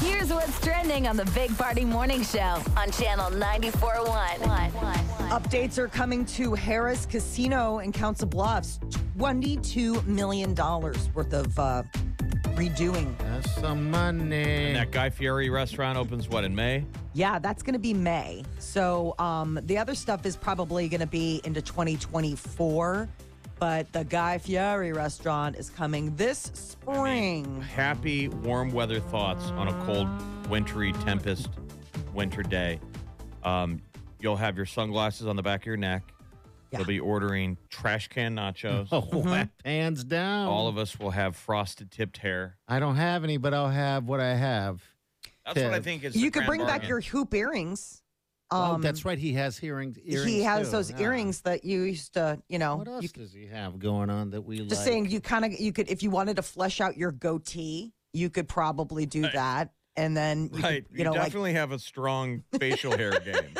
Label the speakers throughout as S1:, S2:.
S1: Here's what's trending on the Big Party Morning Show on Channel 94.1.
S2: Updates are coming to Harris Casino in Council Bluffs. $22 million worth of uh, redoing.
S3: That's some money.
S4: And that Guy Fieri restaurant opens what in May?
S2: Yeah, that's going to be May. So um, the other stuff is probably going to be into 2024. But the Guy Fieri restaurant is coming this spring.
S4: Happy warm weather thoughts on a cold, wintry, tempest winter day. Um, you'll have your sunglasses on the back of your neck.
S2: Yeah.
S4: You'll be ordering trash can nachos.
S3: Oh, that hands down.
S4: All of us will have frosted tipped hair.
S3: I don't have any, but I'll have what I have.
S4: That's what I
S3: Tipped.
S4: think is.
S2: You
S4: the
S2: could
S4: grand
S2: bring back
S4: bargain.
S2: your hoop earrings.
S3: oh, that's right. He has hearing, earrings.
S2: Um, he has
S3: too.
S2: those
S3: Yeah.
S2: earrings that you used to, you know.
S3: What else
S2: you-
S3: does he have going on that we
S2: just
S3: like?
S2: saying, you kind of you could if you wanted to flesh out your goatee, you could probably do
S4: Right.
S2: that, and then you,
S4: Right.
S2: could,
S4: You,
S2: you know, like
S4: definitely have a strong facial hair game.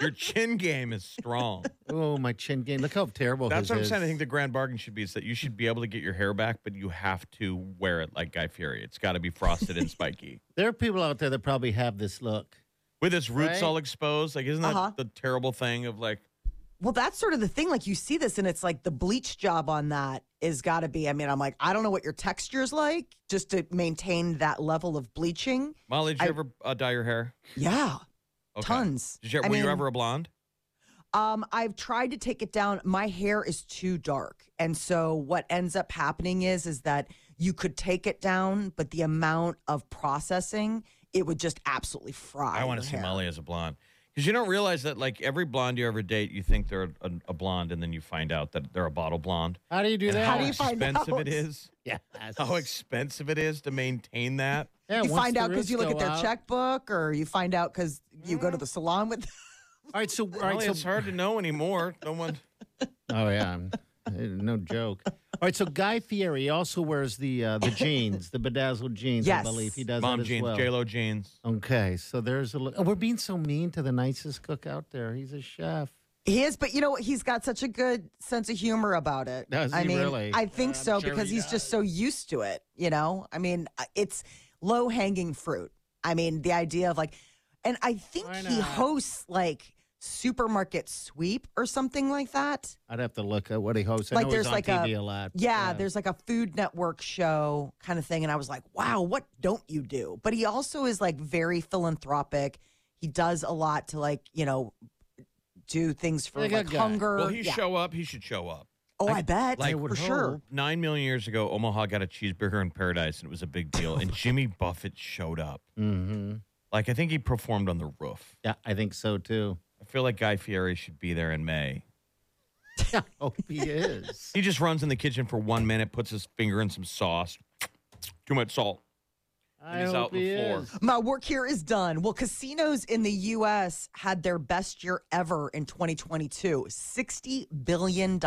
S4: Your chin game is strong.
S3: Oh, my chin game. Look how terrible
S4: That's
S3: his
S4: what I'm
S3: is.
S4: saying. I think the grand bargain should be is that you should be able to get your hair back, but you have to wear it like Guy Fieri. It's got to be frosted and spiky.
S3: There are people out there that probably have this look.
S4: With his roots
S3: Right?
S4: all exposed. Like, isn't that
S2: Uh-huh.
S4: the terrible thing of like,
S2: Well, that's sort of the thing. Like you see this, and it's like the bleach job on that is got to be. I mean, I'm like, I don't know what your texture's like, just to maintain that level of bleaching.
S4: Molly, did you
S2: I-
S4: ever uh, dye your hair?
S2: Yeah,
S4: Okay.
S2: tons.
S4: Did you,
S2: I
S4: were you
S2: mean,
S4: ever a blonde?
S2: Um, I've tried to take it down. My hair is too dark, and so what ends up happening is is that you could take it down, but the amount of processing it would just absolutely fry.
S4: I want
S2: your
S4: to see
S2: hair.
S4: Molly as a blonde. Because you don't realize that, like, every blonde you ever date, you think they're a, a blonde, and then you find out that they're a bottle blonde.
S3: How do you do
S4: And
S3: that?
S2: How do you find
S4: expensive
S2: out?
S4: it is.
S3: Yes.
S4: How expensive it is to maintain that.
S3: Yeah,
S2: You
S3: once
S2: find
S3: the
S2: out because
S3: roots
S2: you look
S3: go
S2: at their
S3: out-
S2: checkbook, or you find out because you go to the salon with.
S3: All right, so all right,
S4: Molly,
S3: so
S4: it's hard to know anymore. No one.
S3: Oh yeah, Uh, no joke. All right, so Guy Fieri also wears the uh, the jeans, the bedazzled jeans.
S2: Yes.
S3: I believe he does
S4: Mom
S3: that as
S4: jeans,
S3: well.
S4: J Lo jeans.
S3: Okay, so there's a. Look. Oh, we're being so mean to the nicest cook out there. He's a chef.
S2: He is, but you know what? He's got such a good sense of humor about it.
S3: Does
S2: I
S3: he
S2: mean,
S3: really?
S2: I think
S3: I'm
S2: so
S3: sure
S2: because
S3: he
S2: he's just so used to it. You know, I mean, uh, it's low hanging fruit. I mean, the idea of like, and I think
S3: Why
S2: he
S3: not?
S2: hosts like supermarket sweep or something like that.
S3: I'd have to look at what he hosts. I
S2: Like
S3: know he's
S2: there's
S3: on
S2: like
S3: TV
S2: a-
S3: a, lot.
S2: Yeah, there's like a Food Network show kind of thing. And I was like, wow, what don't you do? But he also is like very philanthropic. He does a lot to like, you know, do things for
S3: Like
S2: like,
S3: a guy.
S2: hunger.
S4: Will he
S2: Yeah.
S4: show up? He should show up.
S2: oh, I, bet.
S4: like,
S2: for sure.
S4: Nine million years ago, Omaha got a cheeseburger in paradise, and it was a big deal. And Jimmy Buffett showed up.
S3: Mm-hmm.
S4: Like I think he performed on the roof.
S3: Yeah, I think so too.
S4: I feel like Guy Fieri should be there in May.
S3: Yeah, I hope he is.
S4: He just runs in the kitchen for one minute, puts his finger in some sauce. Too much salt.
S3: I
S4: he's
S3: hope
S4: out on the
S3: he
S4: floor.
S3: is.
S2: My work here is done. Well, casinos in the U.S. had their best year ever in 2022 $60 billion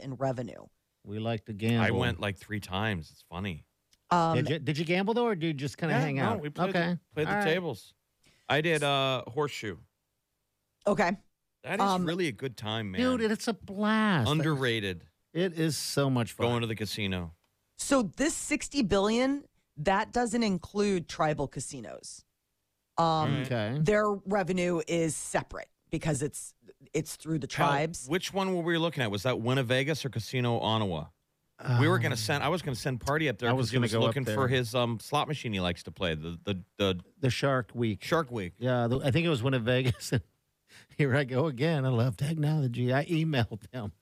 S2: in revenue.
S3: We like to gamble.
S4: I went like three times. It's funny.
S2: Um,
S3: Did you, did you gamble though, or did you just kind of
S4: Yeah,
S3: hang
S4: no,
S3: out?
S4: we played
S3: okay.
S4: the, played the
S3: All right.
S4: tables. I did uh horseshoe.
S2: okay.
S4: That is
S2: Um,
S4: really a good time, man.
S3: Dude, it's a blast.
S4: Underrated.
S3: It is so much fun.
S4: Going to the casino.
S2: So this 60 billion, that doesn't include tribal casinos. Um,
S4: Alright.
S3: okay.
S2: Their revenue is separate because it's it's through the
S4: How-
S2: tribes.
S4: which one were we looking at? Was that Winnevegas or Casino Ottawa? we were gonna
S3: Um,
S4: send. I was gonna send party up there.
S3: I
S4: 'cause
S3: was
S4: he
S3: gonna
S4: was
S3: go up
S4: looking for
S3: there.
S4: his um slot machine he likes to play. The the the
S3: the Shark Week.
S4: Shark Week.
S3: Yeah, the, I think it was one in Vegas. Here I go again. I love technology. I emailed them.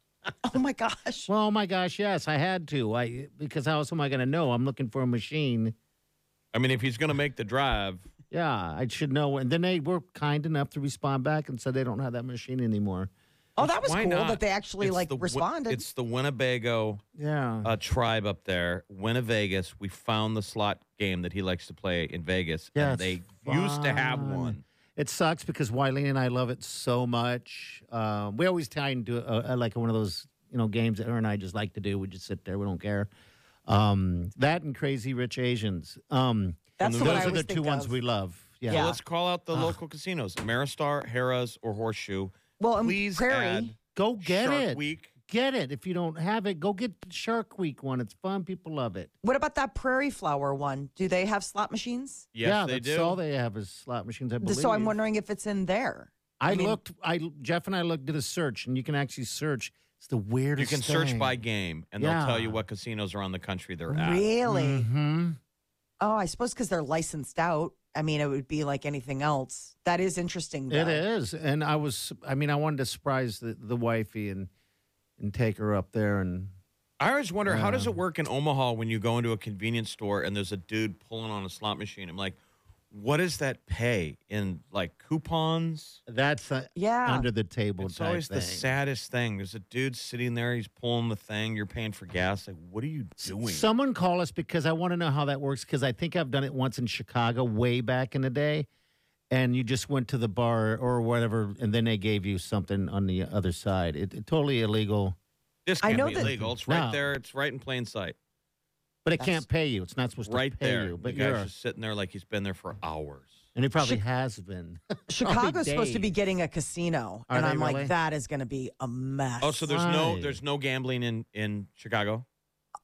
S2: oh my gosh.
S3: Well, oh my gosh, yes, I had to. I because how else am I going to know? I'm looking for a machine.
S4: I mean, if he's gonna make the drive,
S3: Yeah, I should know. And then they were kind enough to respond back and said they don't have that machine anymore.
S2: Oh, that was
S4: Why
S2: cool
S4: not?
S2: that they actually
S4: It's
S2: like
S4: the Wi-
S2: responded.
S4: It's the Winnebago
S3: Yeah.
S4: uh, tribe up there, Winnevegas. We found the slot game that he likes to play in Vegas.
S3: Yeah,
S4: and
S3: it's
S4: they used to have
S3: fun.
S4: one.
S3: It sucks because Wileen and I love it so much. Um, we always tie into a, a, uh, like one of those you know games that her and I just like to do. We just sit there, we don't care. Um, that and Crazy Rich Asians. Um,
S2: That's
S3: those
S2: the one I
S3: are the
S2: always
S3: two
S2: think
S3: ones
S2: of.
S3: we love. Yeah.
S4: So
S2: Yeah.
S4: let's call out the local casinos: Ameristar, Harrah's, or Horseshoe.
S2: well, and
S4: Please
S2: Prairie.
S4: add
S3: Go get
S4: Shark
S3: it.
S4: Week.
S3: Get it. If you don't have it, go get the Shark Week one. It's fun. People love it.
S2: What about that Prairie Flower one? Do they have slot machines?
S4: Yes,
S3: yeah,
S4: they
S3: that's
S4: do.
S3: all they have is slot machines. I believe.
S2: So I'm wondering if it's in there.
S3: I,
S2: I mean-
S3: looked. I Jeff and I looked did a search, and you can actually search. It's the
S4: you
S3: weirdest.
S4: can search by
S3: thing.
S4: game, and
S3: Yeah.
S4: they'll tell you what casinos around the country they're at.
S2: Really?
S3: Mhm.
S2: Oh, I suppose because they're licensed out. I mean, it would be like anything else. That is interesting. Though.
S3: It is, and I was. I mean, I wanted to surprise the, the wifey and and take her up there, and
S4: I always wonder how does
S3: Yeah.
S4: it work in Omaha when you go into a convenience store and there's a dude pulling on a slot machine. I'm like, what does that pay in like coupons?
S3: that's a
S2: Yeah.
S3: under the table
S4: It's
S3: type
S4: always
S3: thing.
S4: the saddest thing. There's a dude sitting there, he's pulling the thing, you're paying for gas. Like, what are you doing?
S3: Someone call us because I want to know how that works because I think I've done it once in Chicago way back in the day, and you just went to the bar or whatever, and then they gave you something on the other side. It, it totally illegal,
S4: this
S2: I
S4: can't
S2: know
S4: be
S2: that-
S4: illegal. It's right
S3: No.
S4: there. It's right in plain sight.
S3: but it
S2: That's-
S3: can't pay you. It's not supposed
S4: Right
S3: to pay
S4: there.
S3: you, but
S4: the guy's
S3: you're-
S4: just sitting there like he's been there for hours.
S3: and it probably has been.
S2: Chicago's supposed to be
S3: days.
S2: getting a casino,
S3: Are
S2: and
S3: they
S2: I'm
S3: really?
S2: like, that is going to be a mess.
S4: Oh, so there's no
S3: Right.
S4: there's no gambling in in Chicago.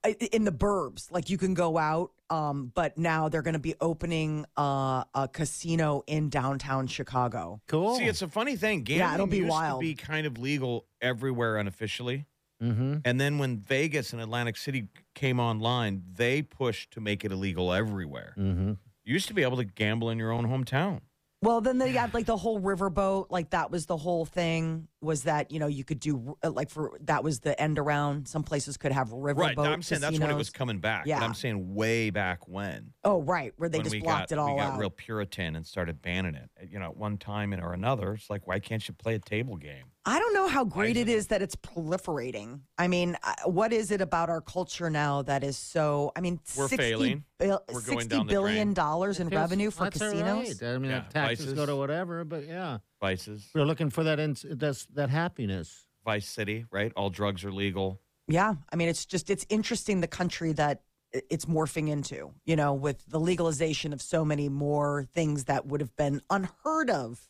S2: I- in the burbs, like you can go out, um, but now they're going to be opening uh, a casino in downtown Chicago.
S3: cool.
S4: See, it's a funny thing. Gambling
S2: Yeah, it'll be
S4: used
S2: wild.
S4: to be kind of legal everywhere unofficially.
S3: mm-hmm.
S4: And then when Vegas and Atlantic City came online, they pushed to make it illegal everywhere.
S3: Mm-hmm.
S4: You used to be able to gamble in your own hometown.
S2: Well, then they had like the whole riverboat. Like that was the whole thing. Was that you know you could do uh, like for that was the end around. Some places could have riverboat.
S4: Right. I'm saying that's when it was
S2: casinos.
S4: coming back.
S2: Yeah.
S4: But I'm saying way back when.
S2: Oh, right, where they
S4: when
S2: just
S4: we
S2: blocked
S4: got,
S2: it all
S4: we got
S2: out.
S4: real Puritan and started banning it. You know, at one time and or another, it's like, why can't you play a table game?
S2: I don't know how great it is that it's proliferating. I mean, I- what is it about our culture now that is so? I mean,
S4: We're
S2: 60
S4: failing.
S2: bil-
S4: We're going
S2: $60
S4: down the
S2: billion
S4: drain.
S2: dollars in
S3: Feels-
S2: revenue for
S3: that's all
S2: casinos.
S3: right. I mean,
S4: Yeah,
S3: taxes
S4: vices.
S3: go to whatever, but yeah,
S4: Vices,
S3: we're looking for that ins- that's that happiness.
S4: Vice City, right? All drugs are legal.
S2: Yeah, I mean, it's just it's interesting the country that i- it's morphing into. You know, with the legalization of so many more things that would have been unheard of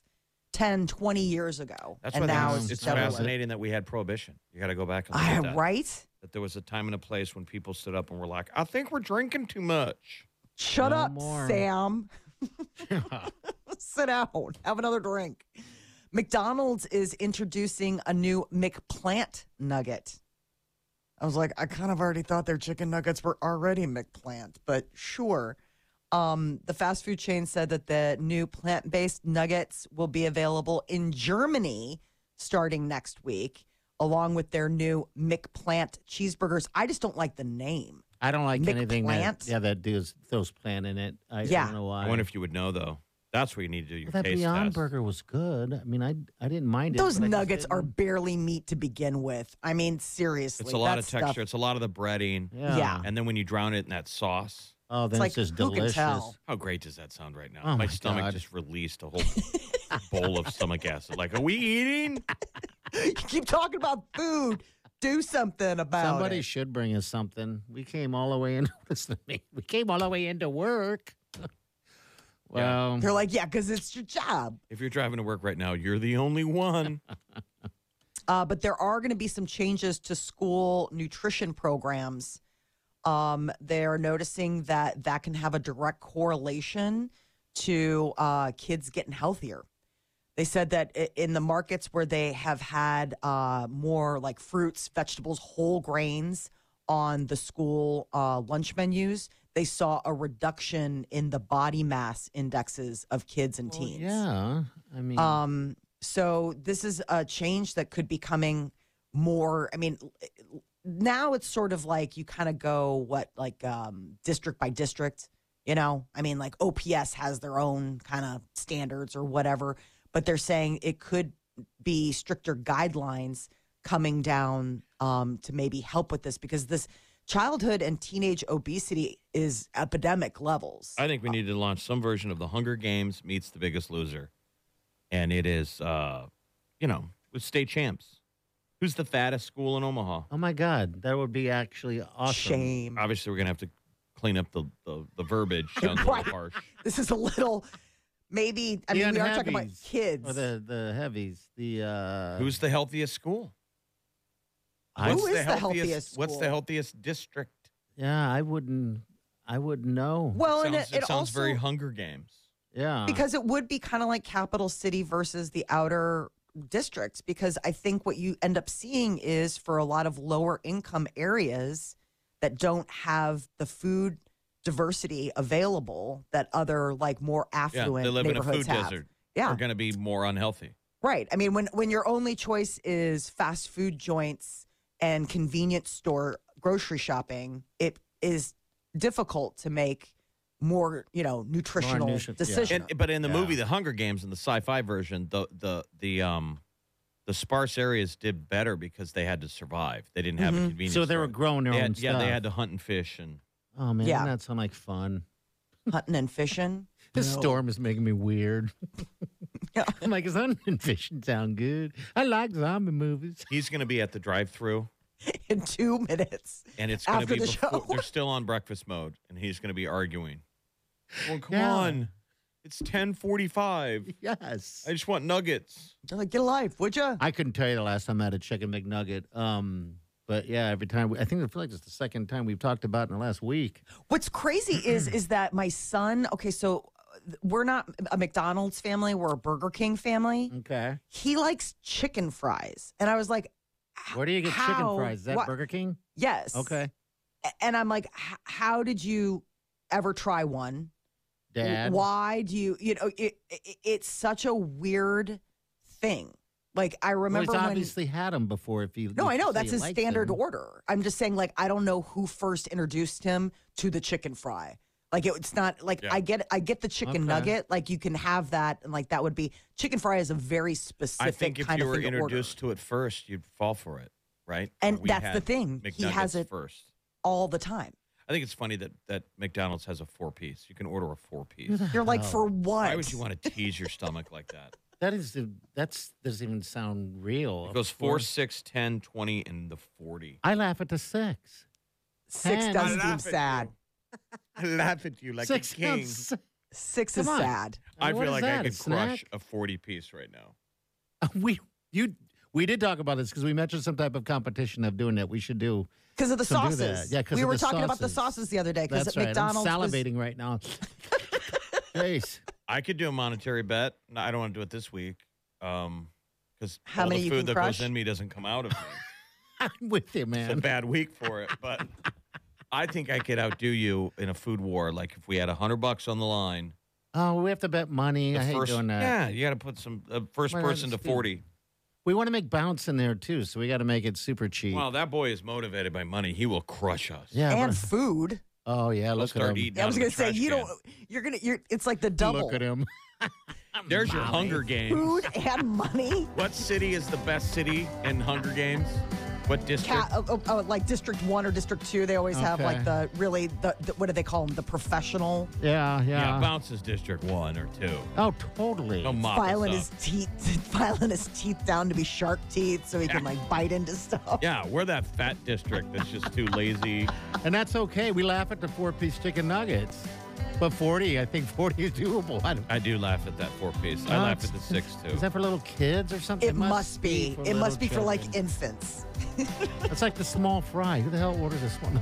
S2: 10, 20 years ago,
S4: That's
S2: and
S4: why I think
S2: now
S4: it's-
S2: it's,
S4: it's
S2: just everywhere.
S4: fascinating that we had prohibition. You got to go back and look
S2: I,
S4: at that.
S2: right?
S4: That there was a time and a place when people stood up and were like, "I think we're drinking too much."
S2: Shut
S3: No
S2: up,
S3: more.
S2: Sam. Sit down. Have another drink. McDonald's is introducing a new McPlant nugget. I was like, I kind of already thought their chicken nuggets were already McPlant, but sure. Um, the fast food chain said that the new plant based nuggets will be available in Germany starting next week, along with their new McPlant cheeseburgers. I just don't like the name.
S3: I don't like
S2: Mick
S3: anything
S2: Plant?
S3: that yeah that does throws plant in it. I, I
S2: Yeah.
S3: don't know why.
S4: I wonder if you would know though. That's where you need to do your
S3: that
S4: taste
S3: Beyond
S4: test.
S3: Burger was good. I mean, I I didn't mind it.
S2: Those
S3: but I just
S2: nuggets are
S3: didn't-
S2: barely meat to begin with. I mean, seriously.
S4: It's a lot
S2: that
S4: of texture.
S2: stuff-
S4: It's a lot of the breading,
S3: yeah.
S2: yeah.
S4: and then when you drown it in that sauce,
S3: Oh, then
S2: It's
S3: it's,
S2: like,
S3: just
S2: who can
S3: delicious.
S2: tell?
S4: how great does that sound right now?
S3: Oh,
S4: my,
S3: my
S4: stomach
S3: God.
S4: just released a whole bowl of stomach acid. Like, are we eating?
S2: You keep talking about food. Do something about
S3: Somebody
S2: it.
S3: should bring us something. We came all the way in. Listen to me. We came all the way into work. well,
S2: They're like, yeah, because it's your job.
S4: If you're driving to work right now, you're the only one.
S2: Uh, but there are going to be some changes to school nutrition programs. Um, they're noticing that that can have a direct correlation to uh, kids getting healthier. They said that i- in the markets where they have had uh, more like fruits, vegetables, whole grains on the school uh, lunch menus, they saw a reduction in the body mass indexes of kids and
S3: well,
S2: teens.
S3: yeah. I mean,
S2: Um, so this is a change that could be coming more. I mean, now it's sort of like you kind of go what like um, district by district. You know, I mean, like OPS has their own kind of standards or whatever, but they're saying it could be stricter guidelines coming down um, to maybe help with this because this childhood and teenage obesity is epidemic levels.
S4: I think we need to launch some version of the Hunger Games meets the Biggest Loser, and it is, uh, you know, with state champs. Who's the fattest school in Omaha?
S3: Oh my God, that would be actually awesome.
S2: Shame.
S4: Obviously, we're gonna have to clean up the the, the verbiage. Sounds a
S2: Right.
S4: little harsh.
S2: This is a little maybe. I
S3: The
S2: mean, we are talking about
S3: unheavies,
S2: kids.
S3: Or the the heavies. The uh,
S4: Who's the healthiest school?
S3: I-
S2: Who is the healthiest
S4: What's the
S2: school?
S4: healthiest district?
S3: yeah, I wouldn't. I wouldn't know.
S2: well,
S4: sounds,
S2: and it,
S4: it
S2: it
S4: sounds
S2: also
S4: very Hunger Games.
S3: yeah,
S2: because it would be kind of like capital city versus the outer districts because i think what you end up seeing is for a lot of lower income areas that don't have the food diversity available that other like more
S4: Yeah,
S2: affluent
S4: they live in a
S2: neighborhoods
S4: food
S2: have.
S4: desert.
S2: yeah
S4: They're going to be more unhealthy.
S2: Right. I mean, when when your only choice is fast food joints and convenience store grocery shopping, it is difficult to make more, you know, nutritional
S3: nutri- yeah.
S2: decisions.
S4: And, but in the
S3: Yeah.
S4: movie, The Hunger Games, in the sci-fi version, the the the um the sparse areas did better because they had to survive. They didn't have a
S2: Mhm.
S4: convenience.
S3: so they were
S4: store.
S3: growing their
S4: They
S3: own
S4: had-
S3: stuff.
S4: yeah, they had to hunt and fish and
S3: Oh man,
S2: Yeah.
S3: doesn't that sound like fun.
S2: Hunting and fishing.
S3: This
S2: No.
S3: storm is making me weird.
S2: Yeah.
S3: I'm like, is hunting fishing sound good? I like zombie movies.
S4: he's going to be at the drive-through,
S2: in two minutes.
S4: and it's going to
S2: After
S4: be
S2: the
S4: before,
S2: show.
S4: they're still on breakfast mode, and he's going to be arguing. Well, come
S3: Yeah.
S4: on, it's ten forty-five.
S3: Yes.
S4: I just want nuggets.
S2: They're like, get a life, would you?
S3: I couldn't tell you the last time I had a chicken McNugget. Um, but yeah, every time we, I think I feel like it's the second time we've talked about it in the last week.
S2: What's crazy is is that my son. Okay, so uh, we're not a McDonald's family. We're a Burger King family.
S3: Okay.
S2: He likes chicken fries, and I was like,
S3: Where do you get chicken
S2: How?
S3: fries? Is that
S2: Wha-
S3: Burger King?
S2: yes,
S3: Okay.
S2: A- and I'm like, "H- how did you ever try one?
S3: Dad.
S2: Why do you, you know, it, it, it's such a weird thing. Like, I
S3: Well,
S2: remember
S3: he's
S2: when.
S3: obviously had them before. If you
S2: No, I know that's
S3: his
S2: his standard order. I'm just saying, like, I don't know who first introduced him to the chicken fry. Like, it, it's not like
S4: Yeah.
S2: I get, I get the
S3: Okay.
S2: chicken nugget. Like, you can have that, and like that would be chicken fry is a very
S4: I
S2: specific
S4: think if
S2: kind
S4: you
S2: of
S4: were
S2: thing to order.
S4: introduced to it first, you'd fall for it, right?
S2: And
S4: We
S2: that's the
S4: had
S2: thing. He has
S4: McNuggets
S2: it-
S4: first.
S2: all the time.
S4: I think it's funny that that McDonald's has a four piece. You can order a four piece.
S3: Who the
S2: You're like,
S3: hell?
S2: for what?
S4: Why would you want to tease your stomach like that?
S3: That is the that's doesn't even sound real.
S4: It goes
S3: Of
S4: four,
S3: course.
S4: six, ten, twenty, and the 40.
S3: I laugh at the six.
S2: six?
S3: Ten. I
S2: Does
S4: laugh
S2: seem
S4: at
S2: sad.
S4: I laugh at you
S3: six sounds-
S2: Six
S3: Come
S2: is
S3: on.
S2: sad.
S4: I
S3: What
S4: feel
S3: is
S4: like
S3: that,
S4: I
S3: a
S4: could crush
S3: snack?
S4: a 40 piece right now.
S3: We you we did talk about this because we mentioned some type of competition of doing that. We should do.
S2: Because of the
S3: So do that.
S2: sauces.
S3: Yeah, 'cause
S2: we
S3: of
S2: were
S3: the
S2: talking about the
S3: sauces.
S2: sauces the other day because
S3: That's right.
S2: McDonald's
S3: I'm
S2: was-
S3: salivating right now. Jeez.
S4: I could do a monetary bet. No, I don't want to do it this week because
S2: How
S4: all
S2: many
S4: the
S2: you
S4: food
S2: can
S4: that
S2: crush?
S4: goes in me doesn't come out of me.
S3: I'm with you,
S4: it's a
S3: man.
S4: bad week for it, but I think I could outdo you in a food war. Like if we had a hundred bucks on the line,
S3: Oh, we have to bet money.
S4: the
S3: I hate
S4: first,
S3: doing uh,
S4: yeah,
S3: that.
S4: you got to put some uh, first
S3: Why not
S4: person to
S3: just do-
S4: forty.
S3: We want to make bounce in there too, so we got to make it super cheap.
S4: Wow, that boy is motivated by money. He will crush us.
S3: yeah. I'm
S2: and
S3: gonna-
S2: food.
S3: oh yeah.
S4: He'll
S3: Look at
S4: start
S3: him.
S4: eating.
S2: I was
S4: going
S2: gonna say
S4: to
S2: you don't. You're gonna. You're. It's like the double
S3: Look at him.
S4: There's your Hunger Games.
S2: food and money.
S4: What city is the best city in Hunger Games? What district?
S2: Cat, oh, oh, oh, like District One or District Two, they always have like the really the, the what do they call them? The professional
S3: Yeah,
S4: yeah,
S3: yeah.
S4: bounces District One or Two.
S3: oh, totally.
S4: Don't mop us
S2: filing
S4: up.
S2: his teeth, filing his teeth down to be shark teeth, so he can like bite into stuff.
S4: Yeah, we're that fat district that's just too lazy.
S3: And that's okay. We laugh at the four-piece chicken nuggets, but 40, I think 40 is doable. I don't,
S4: I do laugh at that four piece. I
S3: Oh,
S4: laugh
S3: it's-
S4: at the six too.
S3: is that for little kids or something?
S2: It must be.
S3: for
S2: It must
S3: little
S2: be for like
S3: children.
S2: infants.
S3: It's like the small fry. Who the hell orders this one?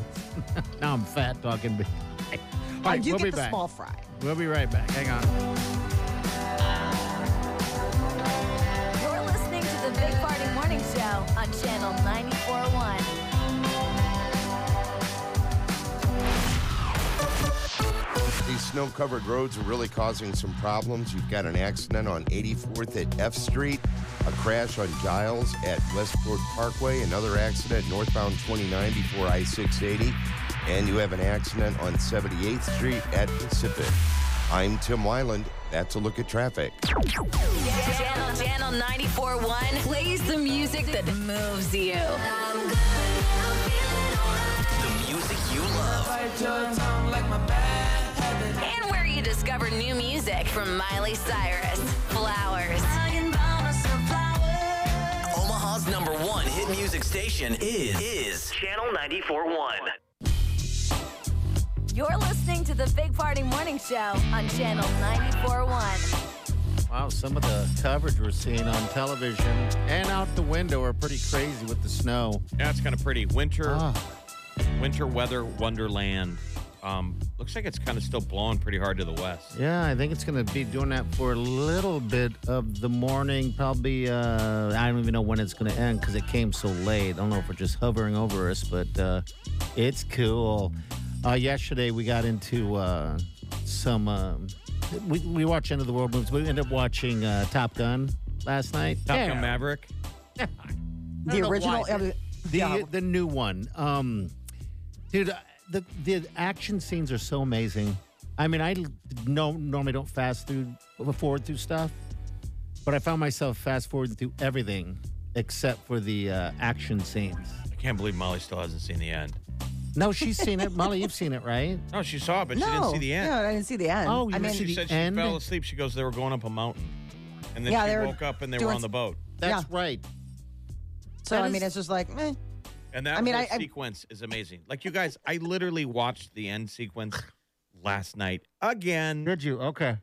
S3: now I'm fat talking. big. All
S2: I
S3: right,
S2: do
S3: we'll
S2: get
S3: be
S2: the
S3: back.
S2: small fry.
S3: We'll be right back. Hang on.
S1: You're listening to the Big Party Morning Show on Channel 941.
S5: These snow covered roads are really causing some problems. You've got an accident on 84th at F Street, a crash on Giles at Westport Parkway, another accident northbound 29 before I 680, and you have an accident on 78th Street at Pacific. I'm Tim Wyland. That's a look at traffic.
S1: Channel, channel 94.1 plays the music that moves you.
S6: The music you love.
S1: And where you discover new music from Miley Cyrus, Flowers.
S6: Omaha's number one hit music station is is Channel 94.1.
S1: You're listening to the Big Party Morning Show on Channel 94.1.
S3: Wow, some of the coverage we're seeing on television and out the window are pretty crazy with the snow.
S4: Yeah, it's kind of pretty. Winter,
S3: Ah,
S4: winter weather wonderland. Um, looks like it's kind of still blowing pretty hard to the west.
S3: yeah, I think it's going to be doing that for a little bit of the morning. Probably, uh, I don't even know when it's going to end because it came so late. I don't know if we're just hovering over us, but uh, it's cool. Uh, yesterday, we got into uh, some. Um, we, we watch End of the World movies. We ended up watching uh, Top Gun last night.
S4: Top
S3: Yeah.
S4: Gun Maverick.
S3: I
S2: The
S3: don't know why.
S2: original. uh,
S3: the
S2: yeah,
S3: the new one. Um, dude, uh, the the action scenes are so amazing. I mean, I no normally don't fast through forward through stuff, but I found myself fast forwarding through everything except for the uh, action scenes.
S4: I can't believe Molly still hasn't seen the end.
S3: No, she's seen it. Molly, you've seen it, right?
S4: No, she saw it, but
S2: no,
S4: she didn't see the end.
S2: No, I didn't see the end.
S3: Oh,
S2: I
S3: you
S2: mean,
S3: didn't see
S4: she
S3: the
S4: said
S3: end?
S4: she fell asleep. She goes, they were going up a mountain, and then
S2: Yeah, they
S4: she
S2: were
S4: woke up and they were
S2: doing
S4: on the
S2: s-
S4: boat.
S3: That's
S2: Yeah.
S3: right.
S2: so
S3: that
S2: I mean,
S3: is-
S2: it's just like, meh.
S4: And that
S2: I mean,
S4: whole
S2: I- I-
S4: sequence is amazing. Like you guys, I literally watched the end sequence last night again.
S3: Did you? Okay.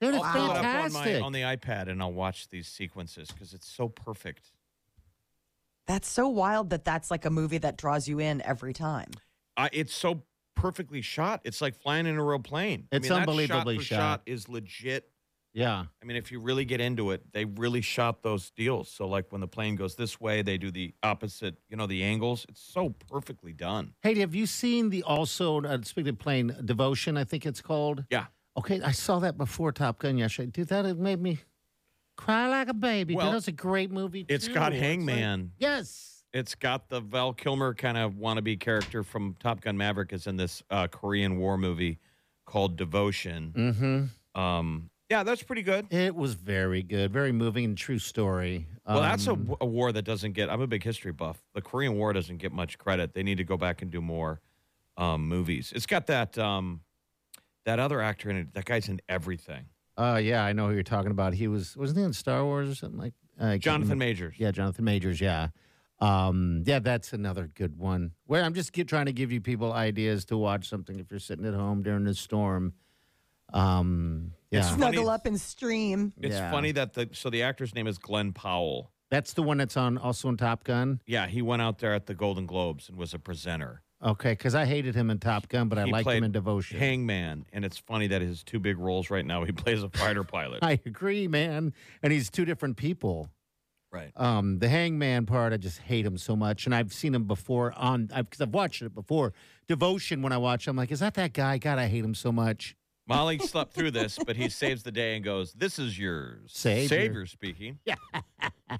S3: Dude, it's
S2: Wow.
S4: Pull it up on, my,
S3: fantastic.
S4: on the iPad, and I'll watch these sequences because it's so perfect.
S2: That's so wild that that's like a movie that draws you in every time.
S4: Uh, it's so perfectly shot. It's like flying in a real plane.
S3: It's
S4: that
S3: unbelievably
S4: shot. for
S3: shot.
S4: shot is legit.
S3: yeah.
S4: I mean, if you really get into it, they really shot those deals. So, like when the plane goes this way, they do the opposite. You know, the angles. It's so perfectly done.
S3: Hey, have you seen the also uh, speaking of plane devotion? I think it's called.
S4: Yeah.
S3: Okay, I saw that before Top Gun yesterday. Dude, that it made me cry like a baby.
S4: Well,
S3: Dude, that was a great movie.
S4: it's
S3: too.
S4: got
S3: It's
S4: Hangman.
S3: like- yes.
S4: It's got the Val Kilmer kind of wannabe character from Top Gun Maverick is in this uh, Korean War movie called Devotion.
S3: Mm-hmm.
S4: Um, yeah, that's pretty good.
S3: It was very good, very moving, and true story.
S4: Well, that's a,
S3: Um,
S4: a war that doesn't get. I'm a big history buff. The Korean War doesn't get much credit. They need to go back and do more um, movies. It's got that um, that other actor in it. That guy's in everything.
S3: uh, yeah, I know who you're talking about. He was wasn't he in Star Wars or something like? uh, I can't
S4: Jonathan
S3: remember.
S4: Majors.
S3: Yeah, Jonathan Majors. Yeah, um, yeah, that's another good one. Where I'm just get, trying to give you people ideas to watch something if you're sitting at home during the storm. Um, yeah,
S2: Snuggle
S4: Funny-
S2: up and stream.
S4: It's
S3: Yeah.
S4: funny that the so the actor's name is Glenn Powell.
S3: that's the one that's on also on Top Gun.
S4: Yeah, he went out there at the Golden Globes and was a presenter.
S3: Okay, because I hated him in Top Gun, but I
S4: He
S3: liked him
S4: played
S3: in Devotion.
S4: Hangman, and it's funny that his two big roles right now, he plays a fighter pilot.
S3: I agree, man. And he's two different people.
S4: right.
S3: Um, the Hangman part, I just hate him so much, and I've seen him before on because I've, 'cause I've watched it before. Devotion, when I watch, it, I'm like, is that that guy? God, I hate him so much.
S4: Molly slept through this, but he saves the day and goes, "This is yours."
S3: Savior.
S4: speaking. Yeah.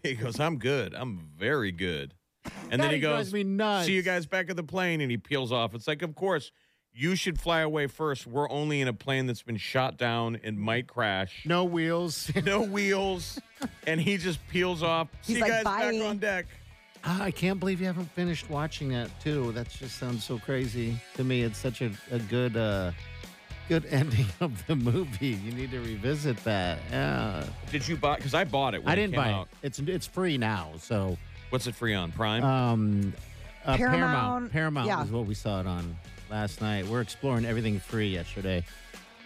S4: he goes, "I'm good. I'm very good." And
S3: God,
S4: then he
S3: he drives
S4: goes,
S3: me nuts.
S4: "See you guys back at the plane," and he peels off. It's like, of course. You should fly away first. We're only in a plane that's been shot down and might crash.
S3: No wheels.
S4: No wheels. and he just peels off.
S2: He's
S4: See
S2: like,
S4: you guys
S2: "Bye."
S4: back on deck.
S3: Ah, I can't believe you haven't finished watching that too. That just sounds so crazy to me. It's such a, a good uh good ending of the movie. You need to revisit that. Yeah.
S4: Did you buy? Because I bought it. When
S3: I didn't
S4: it came
S3: buy
S4: out.
S3: it. It's it's free now, so
S4: What's it free on? Prime?
S3: um uh, Paramount
S2: Paramount,
S3: Paramount
S2: yeah.
S3: is what we saw it on last night. We're exploring everything free yesterday.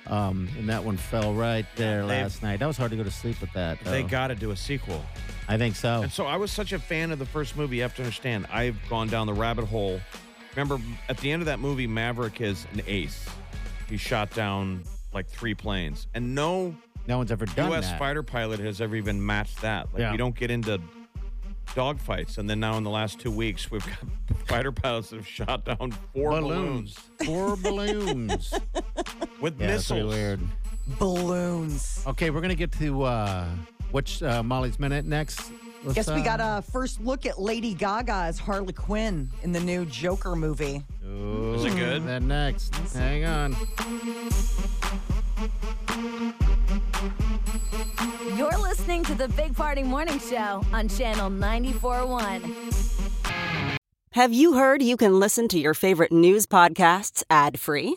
S3: Um, and that one fell right there
S4: they-
S3: last night. That was hard to go to sleep with that.
S4: they
S3: though.
S4: got to do a sequel.
S3: I think so.
S4: And so I was such a fan of the first movie. You have to understand, I've gone down the rabbit hole. Remember, at the end of that movie, Maverick is an ace. He shot down like three planes, and no
S3: No one's ever done
S4: U.S.
S3: that.
S4: fighter pilot has ever even matched that. Like
S3: Yeah.
S4: we don't get into dogfights, and then now in the last two weeks, we've got fighter pilots that have shot down four balloons,
S3: Four balloons.
S4: with
S3: Yeah, that's pretty
S4: missiles.
S3: weird.
S2: Balloons.
S3: Okay, we're gonna get to uh, which uh, Molly's minute next. Let's,
S2: Guess we
S3: uh,
S2: got a first look at Lady Gaga as Harley Quinn in the new Joker movie.
S3: ooh,
S4: Is it good?
S3: That next. Hang on.
S1: You're listening to the Big Party Morning Show on Channel 94.1.
S7: Have you heard you can listen to your favorite news podcasts ad free?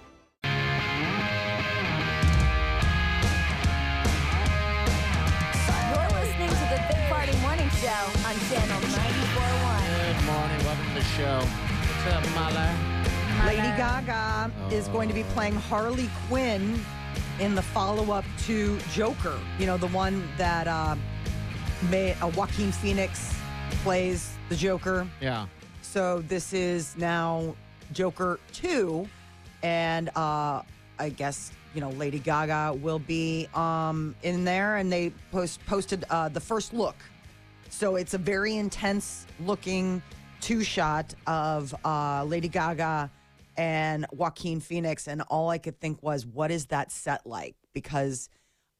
S1: You're listening to the Big Party Morning Show on Channel 94.1.
S3: Good morning. Welcome to the show. What's up, Mala?
S2: Lady Gaga is going to be playing Harley Quinn in the follow-up to Joker. You know, the one that uh, may, uh, Joaquin Phoenix plays the Joker.
S3: Yeah.
S2: So this is now Joker 2. And uh, I guess, you know, Lady Gaga will be um, in there. And they post- posted uh, the first look. So it's a very intense looking two shot of uh, Lady Gaga and Joaquin Phoenix. And all I could think was, what is that set like? Because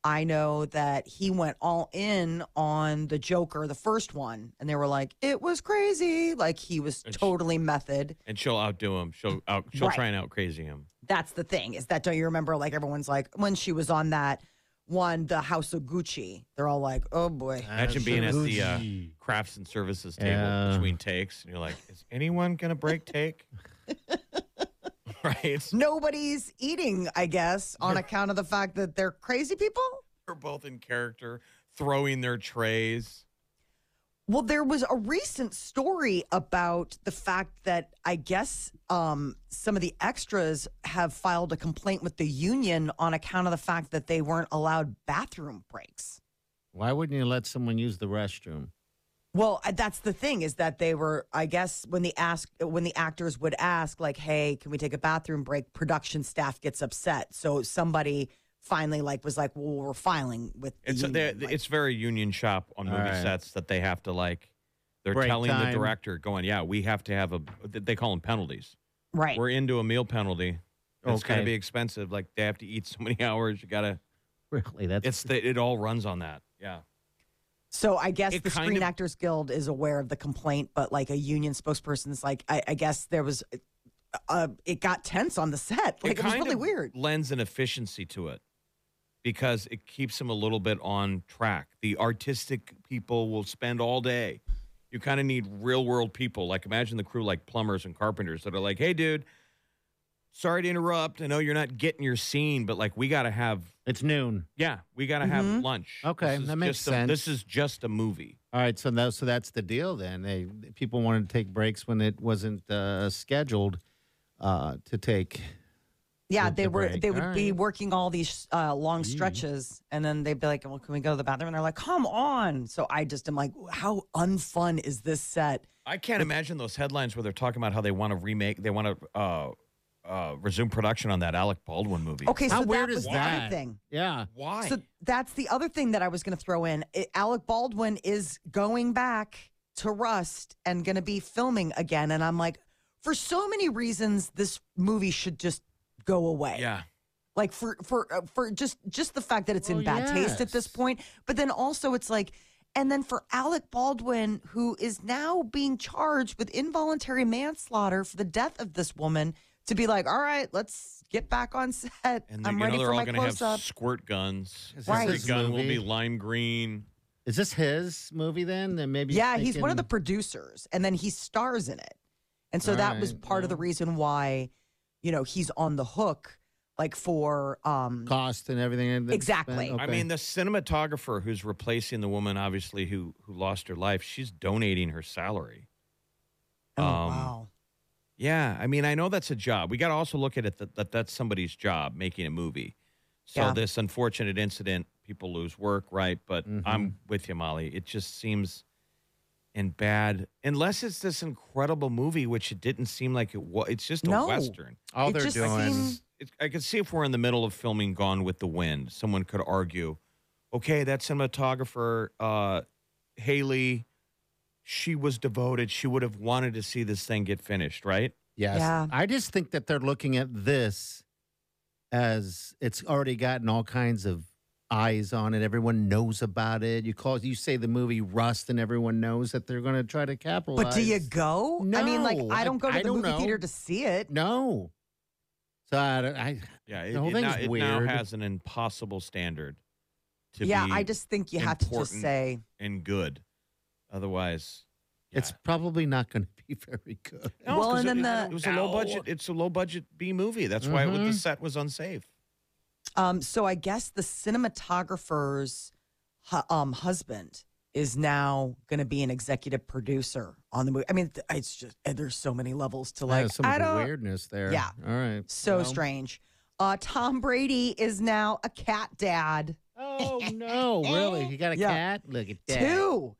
S2: I know that he went all in on the Joker, the first one, and they were like, it was crazy. Like he was totally method.
S4: And she'll outdo him. She'll out. She'll
S2: Right.
S4: try and out crazy him.
S2: That's the thing is that don't you remember? Like everyone's like, when she was on that one, the House of Gucci, they're all like, oh boy.
S4: Imagine being at the uh,
S3: Absolutely.
S4: crafts and services table
S3: Yeah.
S4: between takes, and you're like, "Is anyone gonna break take?" right?
S2: Nobody's eating, I guess, on account of the fact that they're crazy people.
S4: They're both in character, throwing their trays.
S2: Well, there was a recent story about the fact that I guess um, some of the extras have filed a complaint with the union on account of the fact that they weren't allowed bathroom breaks.
S3: Why wouldn't you let someone use the restroom?
S2: Well, uh, that's the thing is that they were, I guess, when the ask when the actors would ask, like, "Hey, can we take a bathroom break?" Production staff gets upset, so somebody finally like was like, "Well, we're filing with." the
S4: It's uh, they're-
S2: union, like-
S4: it's very union shop on
S3: All
S4: movie
S3: right.
S4: sets that they have to like. They're
S3: Break
S4: telling
S3: time.
S4: the director, going, "Yeah, we have to have a." They call them penalties.
S2: right.
S4: We're into a meal penalty. It's gonna
S3: Okay.
S4: be expensive. Like they have to eat so many hours. You gotta.
S3: Really? That's
S4: It's the, it all runs on that. Yeah.
S2: So I guess
S4: It
S2: the
S4: kind
S2: Screen
S4: of-
S2: Actors Guild is aware of the complaint, but like a union spokesperson's like, I, I guess there was, uh, it got tense on the set. Like it, was
S4: kind
S2: really
S4: of
S2: weird.
S4: Lends an efficiency to it because it keeps them a little bit on track. The artistic people will spend all day. You kind of need real world people. Like imagine the crew like plumbers and carpenters that are like, "Hey, dude, sorry to interrupt. I know you're not getting your scene, but like we got to have
S3: it's noon.
S4: yeah, we got to
S2: Mm-hmm.
S4: have lunch.
S3: Okay,
S4: This is
S3: that makes
S4: just a- this
S3: sense.
S4: is just a movie.
S3: All right, so that, so that's the deal then. They people wanted to take breaks when it wasn't uh, scheduled uh, to take.
S2: Yeah,
S3: With
S2: they
S3: the
S2: were
S3: break.
S2: they would
S3: All
S2: be
S3: right.
S2: working all these uh, long stretches, and then they'd be like, "Well, can we go to the bathroom?" And they're like, "Come on!" So I just am like, "How unfun is this set?"
S4: I can't imagine those headlines where they're talking about how they want to remake, they want to uh, uh, resume production on that Alec Baldwin movie.
S2: Okay,
S3: How
S2: so
S3: weird
S2: that
S3: is
S2: was the
S3: that?
S2: other thing.
S3: Yeah.
S4: Why?
S2: So that's the other thing that I was going to throw in. I- Alec Baldwin is going back to Rust and going to be filming again. And I'm like, for so many reasons, this movie should just go away.
S4: yeah.
S2: Like for for uh, for just just the fact that it's in
S3: Well,
S2: bad taste at this
S3: yes.
S2: point. But then also it's like, and then for Alec Baldwin, who is now being charged with involuntary manslaughter for the death of this woman, to be like, all right, let's get back on set.
S4: And
S2: I'm
S4: you
S2: ready
S4: know they're
S2: for
S4: all
S2: my
S4: going to have
S2: close up.
S4: squirt guns.
S3: Is this
S4: Every
S3: his
S4: gun will be
S3: movie?
S4: lime green.
S3: Is this his movie then? Then maybe.
S2: Yeah, he's one of the
S3: thinking-
S2: producers, and then he stars in it, and so that was
S3: Alright,
S2: part of the
S3: well.
S2: reason why, you know, he's on the hook, like for um,
S3: cost and everything. and the
S2: Exactly.
S3: spend.
S4: I
S3: Okay.
S4: mean, the cinematographer who's replacing the woman, obviously who who lost her life, she's donating her salary
S2: Oh,
S4: Um,
S2: wow.
S4: Yeah, I mean, I know that's a job. We got to also look at it that, that that's somebody's job making a movie. So
S2: Yeah.
S4: this unfortunate incident, people lose work, right? But
S3: Mm-hmm.
S4: I'm with you, Molly. It just seems and bad, unless it's this incredible movie, which it didn't seem like it was. It's just a
S2: No.
S4: western.
S3: All
S2: It
S3: they're
S2: just
S3: doing.
S2: seems-
S4: It's I could see if we're in the middle of filming Gone with the Wind, someone could argue, okay, that cinematographer, uh, Haley, she was devoted. She would have wanted to see this thing get finished, right?
S3: Yes.
S2: Yeah.
S3: I just think that they're looking at this as it's already gotten all kinds of eyes on it. Everyone knows about it. You call you say the movie Rust and everyone knows that they're going to try to capitalize.
S2: But do you go? I mean, like,
S3: No,
S2: I
S3: I-
S2: don't go to
S3: I
S2: the
S3: don't
S2: movie
S3: know.
S2: theater to see it.
S3: No. So I, don't- I
S4: Yeah,
S3: The whole thing's
S4: now, It
S3: weird.
S4: now has an impossible standard to
S2: Yeah,
S4: be
S2: I just think you have to just
S4: important.
S2: say,
S4: and good. Otherwise,
S3: it's
S4: yeah.
S3: probably not going to be very good.
S4: No,
S2: Well,
S4: 'cause
S2: and
S4: it,
S2: then the-
S4: it was a low budget. It's a low budget B movie. That's why it,
S3: Mm-hmm.
S4: the set was unsafe.
S2: Um, so I guess the cinematographer's hu- um, husband is now going to be an executive producer on the movie. I mean, th- it's just and there's so many levels to like.
S3: There's some
S2: I don't.
S3: weirdness there.
S2: Yeah.
S3: All right.
S2: So
S3: Well,
S2: strange. Uh, Tom Brady is now a cat dad.
S3: Oh no! Really? He got a
S2: Yeah.
S3: cat? Look at that.
S2: Two,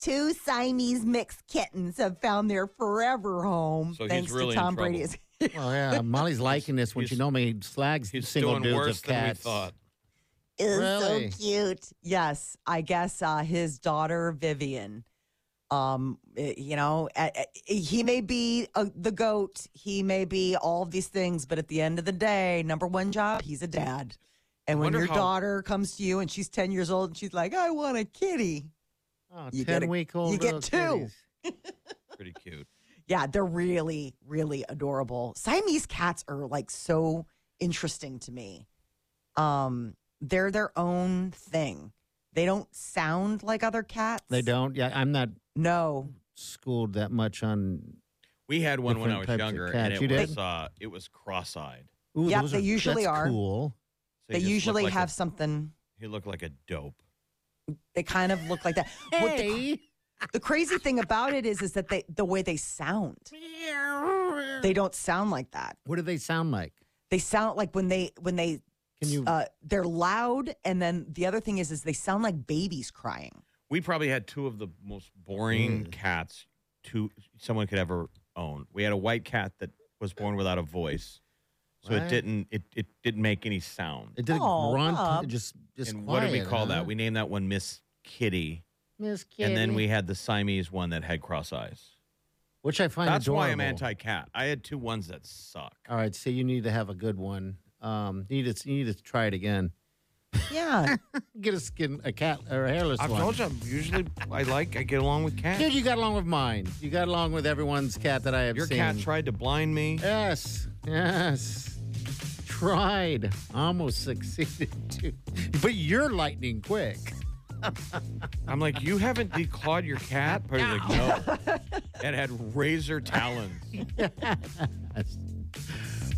S2: two Siamese mixed kittens have found their forever home
S4: So he's
S2: thanks
S4: really
S2: to
S4: in
S2: Tom Brady's.
S4: trouble.
S3: Well, yeah. Molly's liking this when she
S4: he's-
S3: normally slags
S4: He's
S3: single
S4: doing
S3: dudes
S4: worse
S3: of
S4: than we
S3: cats.
S4: thought.
S2: is
S3: Really?
S2: so cute. Yes, I guess uh, his daughter Vivian. Um, eh, you know, eh, eh, he may be uh, the goat. He may be all of these things, but at the end of the day, number one job, he's a dad. And when
S4: Wonder
S2: your
S4: how-
S2: daughter comes to you and she's ten years old and she's like, "I want a kitty,"
S3: Oh,
S2: You get a-
S3: 10 week old.
S2: you get
S3: little
S2: two.
S3: kitties.
S4: Pretty cute.
S2: yeah, they're really, really adorable. Siamese cats are like so interesting to me. Um, they're their own thing. They don't sound like other cats.
S3: They don't. Yeah, I'm not
S2: No.
S3: schooled that much on.
S4: We had one when I was
S3: Different types of
S4: younger,
S3: cats.
S4: and
S3: You
S4: it
S3: did?
S4: was uh, it was cross-eyed.
S3: Ooh,
S2: Yeah,
S3: those
S2: they
S3: are,
S2: usually
S3: that's
S2: are.
S3: Cool.
S4: So
S2: they
S4: he just looked
S2: usually
S4: like a-
S2: have something.
S4: he looked like a dope.
S2: They kind of look like that. What the,
S3: Hey,
S2: the crazy thing about it is, is that they the way they sound. They don't sound like that.
S3: what do they sound like?
S2: They sound like when they when they
S3: Can you?
S2: uh, they're loud, and then the other thing is, is they sound like babies crying.
S4: We probably had two of the most boring
S3: Mm.
S4: cats two someone could ever own. We had a white cat that was born without a voice. So it
S3: What?
S4: didn't it, it didn't make any sound.
S3: it didn't
S2: Aw,
S3: grunt.
S2: Bob.
S3: It just, just.
S4: and
S3: quiet,
S4: what did we call
S3: huh?
S4: that? We named that one Miss Kitty.
S3: Miss Kitty.
S4: And then we had the Siamese one that had cross eyes.
S3: which I find
S4: That's
S3: adorable.
S4: why I'm anti cat. I had two ones that suck.
S3: All right, so you need to have a good one. Um, you need to you need to try it again.
S2: Yeah,
S3: Get a skin a cat or a hairless
S4: I've
S3: one.
S4: told you I'm usually I like I get along with
S3: Dude,
S4: cats.
S3: you got along with mine. You got along with everyone's cat that I have
S4: Your
S3: seen.
S4: cat tried to blind me.
S3: Yes, yes. Tried, almost succeeded too. But you're lightning quick.
S4: I'm like, you haven't declawed your cat? But he's like, no. It had razor talons.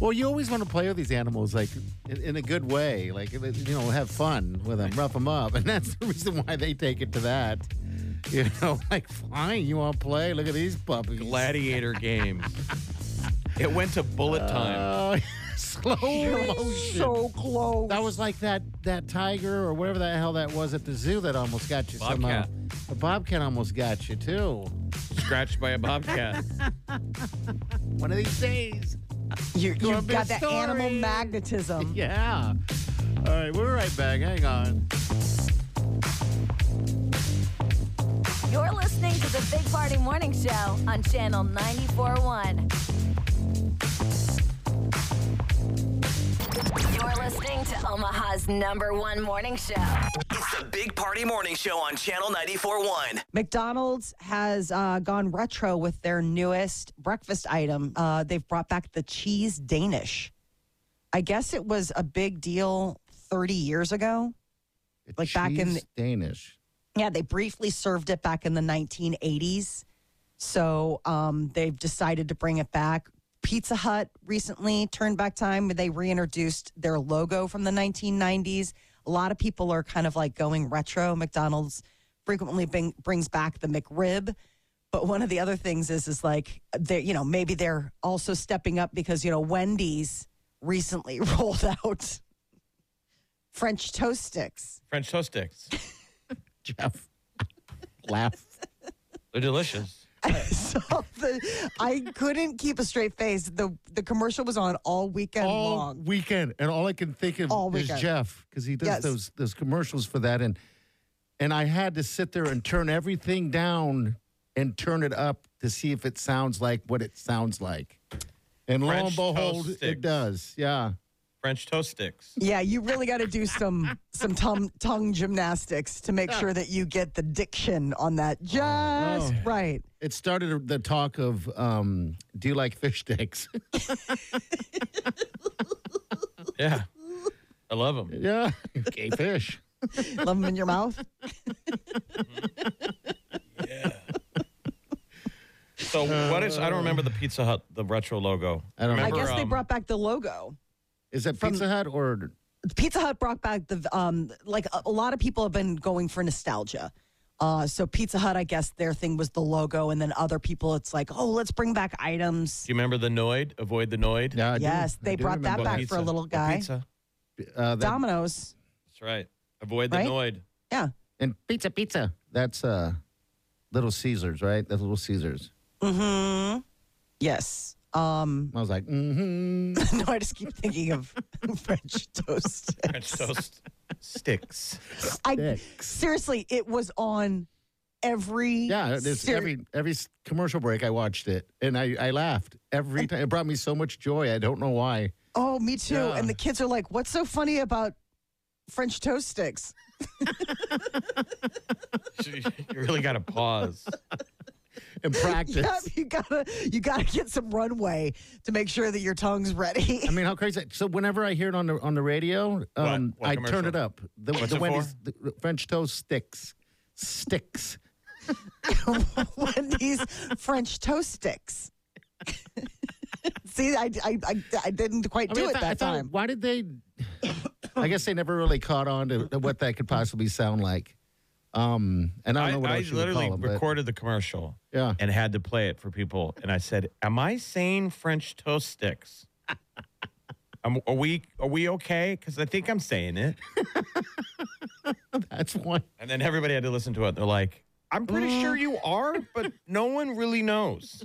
S3: Well, you always want to play with these animals like in, in a good way, like you know, have fun with them, rough them up, and that's the reason why they take it to that. You know, like fine, you want to play? Look at these puppies.
S4: Gladiator games. It went to bullet time.
S3: Uh, slow motion.
S2: so close.
S3: Oh, That was like that that tiger or whatever the hell that was at the zoo that almost got you somehow.
S4: Bobcat.
S3: The bobcat almost got you too.
S4: Scratched by a bobcat.
S3: One of these days.
S2: you,
S3: gonna
S2: you've
S3: be
S2: got
S3: a
S2: that animal
S3: story.
S2: magnetism.
S3: Yeah. All right, we're right back. Hang on.
S1: You're listening to the Big Party Morning Show on Channel 941. You're listening to Omaha's number one morning show.
S6: It's the Big Party Morning Show on Channel 94.1.
S2: McDonald's has uh, gone retro with their newest breakfast item. Uh, they've brought back the cheese Danish. I guess it was a big deal 30 years ago. Like back in
S3: Cheese Danish.
S2: Yeah, they briefly served it back in the 1980s. So um, they've decided to bring it back. Pizza Hut recently turned back time. They reintroduced their logo from the 1990s. A lot of people are kind of like going retro. McDonald's frequently bring, brings back the McRib, But one of the other things is is like they you know maybe they're also stepping up because you know Wendy's recently rolled out French toast sticks.
S4: French toast sticks.
S3: Jeff. Laugh.
S4: They're delicious.
S2: so the, I couldn't keep a straight face. The the commercial was on all weekend
S3: all
S2: long.
S3: weekend, and all I can think of
S2: All
S3: is
S2: weekend.
S3: Jeff because he does
S2: Yes.
S3: those those commercials for that, and and I had to sit there and turn everything down and turn it up to see if it sounds like what it sounds like, and
S4: French
S3: lo
S4: toast
S3: and behold,
S4: sticks.
S3: it does. Yeah,
S4: French toast sticks.
S2: Yeah, you really got to do some some tongue tongue gymnastics to make sure that you get the diction on that just
S3: Oh.
S2: right.
S3: it started the talk of um, do you like fish sticks?
S4: Yeah. I love them.
S3: yeah, gay fish.
S2: Love them in your mouth.
S4: So what is? I don't remember the Pizza Hut the retro logo.
S3: I don't
S2: I
S4: remember.
S2: guess they
S4: um,
S2: brought back the logo.
S3: Is that Pizza Hut or
S2: Pizza Hut brought back the um like a, a lot of people have been going for nostalgia. Uh, so Pizza Hut, I guess their thing was the logo, and then other people, it's like, oh, let's bring back items.
S4: Do you remember the Noid? Avoid the Noid.
S3: Yeah, I do.
S2: yes,
S3: I
S2: they
S3: do
S2: brought that
S3: remember
S2: back for a
S4: Pizza.
S2: little
S4: What
S2: guy.
S4: Pizza.
S3: Uh, that-
S2: Domino's,
S4: That's right. Avoid the
S2: Right?
S4: Noid.
S2: yeah,
S3: and pizza, pizza. That's uh, Little Caesars, right? That's Little Caesars.
S2: mm-hmm. yes. Um,
S3: I was like, mm-hmm.
S2: no, I just keep thinking of French toast.
S4: French toast sticks.
S2: I seriously, it was on every
S3: Yeah, there's
S2: ser-
S3: every every s- commercial break I watched it, and I, I laughed every time. It brought me so much joy. I don't know why.
S2: Oh, me too.
S3: Yeah.
S2: And the kids are like, "What's so funny about French toast sticks?"
S4: you really got to pause.
S3: And practice.
S2: Yep, you gotta you gotta get some runway to make sure that your tongue's ready.
S3: I mean, how crazy! So whenever I hear it on the on the radio, um,
S4: What
S3: I
S4: commercial?
S3: turn it up. The,
S4: What's
S3: the
S4: it
S3: Wendy's the French toast sticks, sticks.
S2: Wendy's French toast sticks. See, I, I, I, I didn't quite
S3: I
S2: do
S3: mean,
S2: it
S3: I thought- I
S2: that
S3: thought,
S2: time.
S3: Why did they? I guess they never really caught on to what that could possibly sound like. Um, and I don't
S4: I,
S3: know what
S4: I
S3: else you would
S4: literally
S3: call 'em, but-
S4: recorded the commercial
S3: yeah.
S4: and had to play it for people. And I said, "Am I saying French toast sticks? Am- are we are we okay? Because I think I'm saying it."
S3: That's why.
S4: And then everybody had to listen to it. They're like, "I'm pretty
S3: Mm.
S4: sure you are, but no one really knows."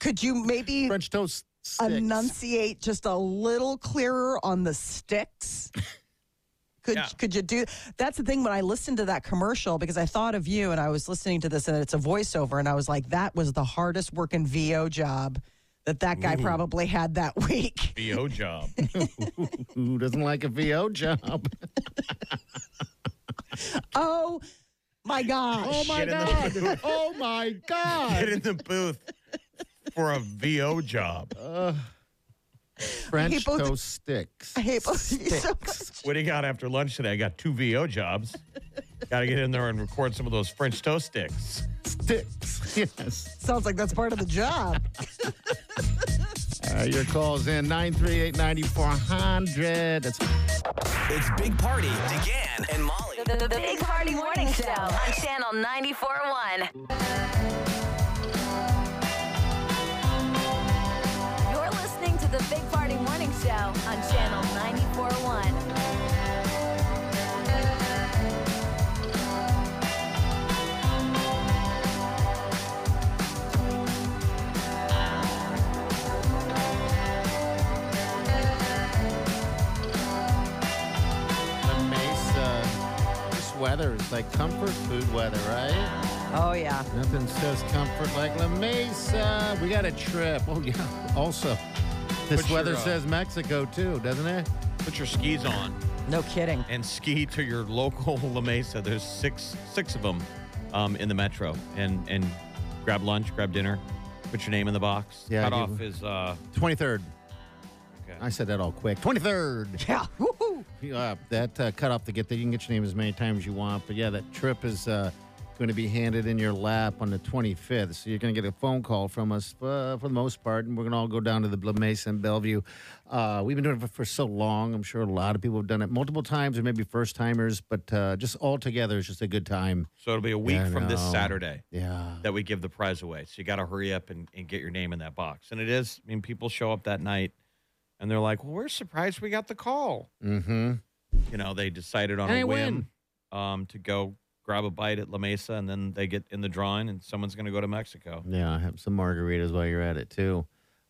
S2: Could you maybe
S3: French toast sticks.
S2: enunciate just a little clearer on the sticks? Could
S4: Yeah.
S2: could you do? That's the thing. When I listened to that commercial, because I thought of you, and I was listening to this, and it's a voiceover, and I was like, that was the hardest working VO job that that guy probably had that week.
S4: VO job.
S3: Who doesn't like a VO job?
S2: Oh my gosh!
S4: Get
S3: Oh my
S4: in the
S3: god! Oh my
S4: Get
S3: god!
S4: in the booth for a VO job.
S3: French
S2: people-
S3: toast sticks.
S2: I hate both of you so
S3: Sticks.
S4: What do you got after lunch today? I got two VO jobs. got to get in there and record some of those French toast sticks.
S3: Sticks. Yes.
S2: Sounds like that's part of the job.
S3: Uh, your calls in 938-9400. That's
S6: It's Big Party, DeGan and Molly.
S1: The, the Big Party Morning Show on Channel 94.1. You're listening to the Big Party Morning Show on Channel 94.1.
S3: the Mesa. uh, This weather is like comfort food weather, right?
S2: Oh yeah.
S3: Nothing says comfort like La Mesa. We got a trip. Oh yeah. Also, this
S4: Put your,
S3: weather
S4: uh,
S3: says Mexico too, doesn't it?
S4: Put your skis on
S2: No kidding.
S4: and ski to your local La Mesa. There's six six of them um, in the metro, and and grab lunch, grab dinner, put your name in the box.
S3: Yeah,
S4: Cut
S3: I do.
S4: off is uh,
S3: 23rd.
S4: Okay.
S3: I said that all quick. 23rd.
S2: Yeah. Woohoo.
S3: Yeah, that uh, cutoff to get there, you can get your name as many times as you want. But yeah, that trip is uh, going to be handed in your lap on the 25th. So you're going to get a phone call from us uh, for the most part, and we're going to all go down to the Bla Mesa in Bellevue. Uh, we've been doing it for, for so long. I'm sure a lot of people have done it multiple times, or maybe first timers, but uh, just all together, it's just a good time.
S4: So it'll be a week
S3: I
S4: from this
S3: know.
S4: Saturday
S3: Yeah.
S4: that we give the prize away. So you got to hurry up and, and get your name in that box. And it is, I mean, people show up that night and they're like, well, we're surprised we got the call.
S3: Mm-hmm.
S4: You know, they decided on
S3: And
S4: a
S3: they
S4: whim um, to go grab a bite at La Mesa and then they get in the drawing and someone's going to go to Mexico.
S3: Yeah. Have some margaritas while you're at it too.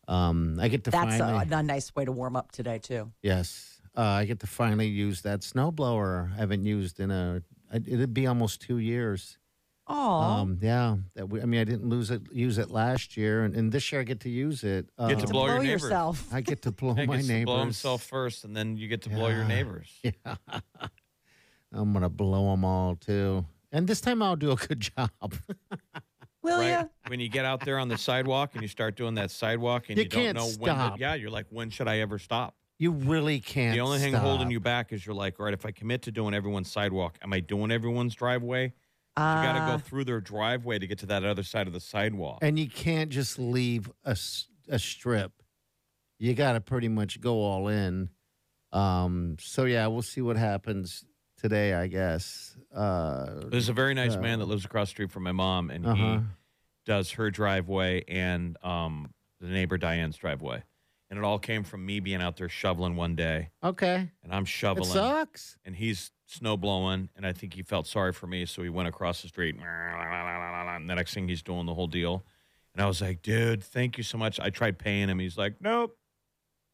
S3: Um, I get to
S2: That's uh,
S3: finally.
S2: a, a nice way to warm up today too.
S3: Yes, uh, I get to finally use that snowblower I haven't used in a. it- It'd be almost two years.
S2: Oh,
S3: Um, yeah, that we, I mean, I didn't lose it, use it last year, and, and this year I get to use it. Um,
S4: Get to blow your neighbors.
S2: yourself.
S3: I get to blow
S4: He
S3: my
S4: gets to
S3: neighbors.
S4: blow himself first and then you get to blow your
S3: Yeah.
S4: neighbors.
S3: I'm gonna blow them all too, and this time I'll do a good job.
S2: Will
S4: right?
S2: ya?
S4: When you get out there on the sidewalk and you start doing that sidewalk and you,
S3: You
S4: don't
S3: can't
S4: know when,
S3: stop.
S4: to, yeah, you're like, when should I ever stop?
S3: you really can't.
S4: the only thing
S3: stop.
S4: holding you back is you're like, all right, if I commit to doing everyone's sidewalk, am I doing everyone's driveway? You got to
S2: Ah.
S4: go through their driveway to get to that other side of the sidewalk.
S3: and you can't just leave a, s- a strip. You got to pretty much go all in. Um, so yeah, we'll see what happens today, I guess. Uh,
S4: There's a very nice
S3: Uh,
S4: man that lives across the street from my mom, and
S3: uh-huh.
S4: he does her driveway and um, the neighbor Diane's driveway. And it all came from me being out there shoveling one day,
S3: Okay,
S4: and I'm
S3: it
S4: shoveling.
S3: sucks.
S4: and he's snow blowing, and I think he felt sorry for me, so he went across the street. And the next thing he's doing the whole deal, and I was like, "Dude, thank you so much." I tried paying him. He's like, "Nope,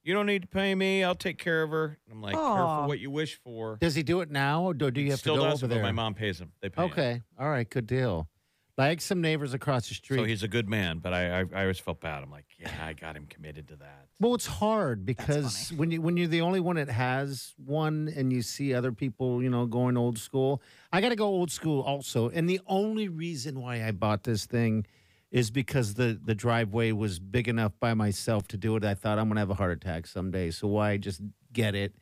S4: you don't need to pay me. I'll take care of her." And I'm like, "Careful
S2: Aw.
S4: what you wish for."
S3: Does he do it now, or do, do you have
S4: Still
S3: to go
S4: does,
S3: over
S4: but
S3: there?
S4: my mom pays him. They pay him.
S3: Okay, all right, good deal. Like some neighbors across the street.
S4: So he's a good man, but I, I I always felt bad. I'm like, "Yeah, I got him committed to that."
S3: well, it's hard because when you when you're the only one that has one, and you see other people, you know, going old school. I got to go old school also, and the only reason why I bought this thing is because the the driveway was big enough by myself to do it. I thought I'm gonna have a heart attack someday, so why just get it?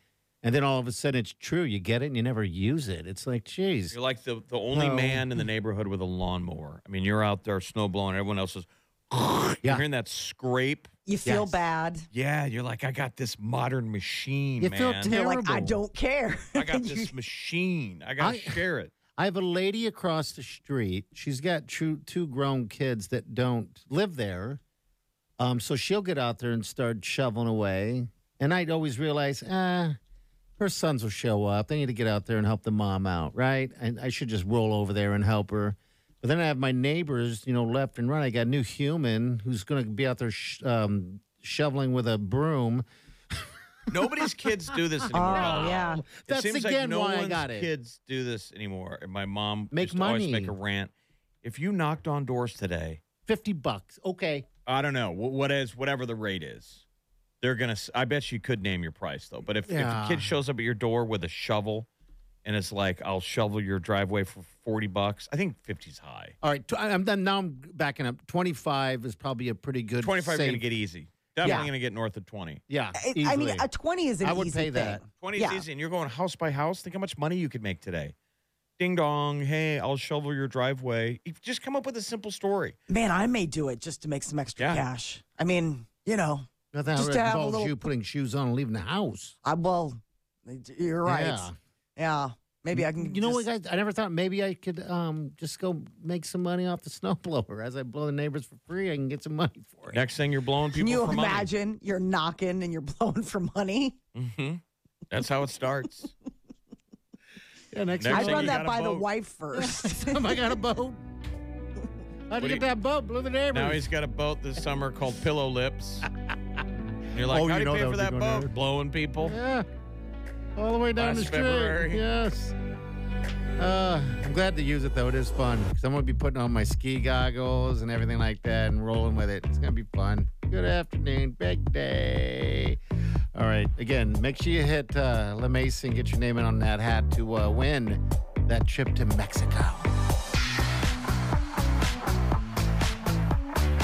S3: And then all of a sudden, it's true. You get it, and you never use it. It's like, geez,
S4: You're like the, the only
S3: No.
S4: man in the neighborhood with a lawnmower. I mean, you're out there snow blowing. Everyone else is. You're
S3: Yeah.
S4: hearing that scrape.
S2: You feel
S3: Yes.
S2: bad.
S4: Yeah, you're like, I got this modern machine,
S3: You feel
S4: man.
S3: ter-
S2: You're like, I
S3: Terrible.
S2: don't care.
S4: I got
S2: You-
S4: this machine. I gotta
S3: I-
S4: share it.
S3: I have a lady across the street. She's got two, two grown kids that don't live there. Um, so she'll get out there and start shoveling away. And I'd always realize, ah, her sons will show up. They need to get out there and help the mom out, right? And I should just roll over there and help her. But then I have my neighbors, you know, left and right. I got a new human who's going to be out there sh- um, shoveling with a broom.
S4: Nobody's kids do this anymore.
S2: Oh yeah.
S4: It
S3: That's
S4: seems like
S3: again
S4: no
S3: why I
S4: one's
S3: got it.
S4: Kids do this anymore. And my mom
S3: Make
S4: used to always
S3: money.
S4: make a rant. If you knocked on doors today,
S3: 50 bucks. Okay.
S4: I don't know wh- what is whatever the rate is. They're gonna. s- I bet you could name your price though. But if,
S3: Yeah.
S4: if a kid shows up at your door with a shovel, and it's like, I'll shovel your driveway for forty bucks. I think 50's high.
S3: All right. Tw- I'm done. Now I'm backing up. 25 is probably a pretty good
S4: 25 you're
S3: safe-
S4: going to get easy. Definitely
S3: Yeah.
S4: going to get north of 20.
S3: Yeah,
S2: I- I mean,
S3: easily.
S2: a twenty is an
S3: I would
S2: easy
S3: pay
S2: thing.
S3: that.
S4: 20 is
S2: Yeah.
S4: easy, and you're going house by house. Think how much money you could make today. Ding dong. Hey, I'll shovel your driveway. You Just come up with a simple story.
S2: Man, I may do it just to make some extra
S4: Yeah.
S2: cash. I mean, you know,
S3: But that
S2: Just to have a
S3: involves
S2: little-
S3: you putting shoes on and leaving the house.
S2: I well, you're right.
S3: Yeah.
S2: Yeah, maybe I can.
S3: You know
S2: just,
S3: what, guys? I never thought maybe I could um, just go make some money off the snowblower. As I blow the neighbors for free, I can get some money for it.
S4: Next thing you're blowing
S2: Can
S4: people
S2: you
S4: for
S2: imagine you're knocking and you're blowing for money?
S4: money. hmm That's how it starts.
S3: Yeah,
S4: Next
S3: next time
S2: I'd
S4: thing
S3: I
S2: run
S4: you got
S2: that
S4: a
S2: by the
S4: boat.
S2: wife first.
S3: got- I got a boat. How'd
S4: do
S3: you
S4: you-
S3: get that boat? Blew the neighbors.
S4: now he's got a boat this summer called Pillow Lips. And you're like,
S3: Oh,
S4: how do
S3: you know
S4: you pay
S3: that
S4: for that
S3: would be going
S4: boat?
S3: there.
S4: Blowing people.
S3: Yeah. All the way down
S4: Last
S3: the street.
S4: February.
S3: Yes. Uh, I'm glad to use it though. It is fun because I'm gonna be putting on my ski goggles and everything like that and rolling with it. It's gonna be fun. Good afternoon, big day. All right. Again, make sure you hit uh, La Mesa and get your name in on that hat to uh, win that trip to Mexico.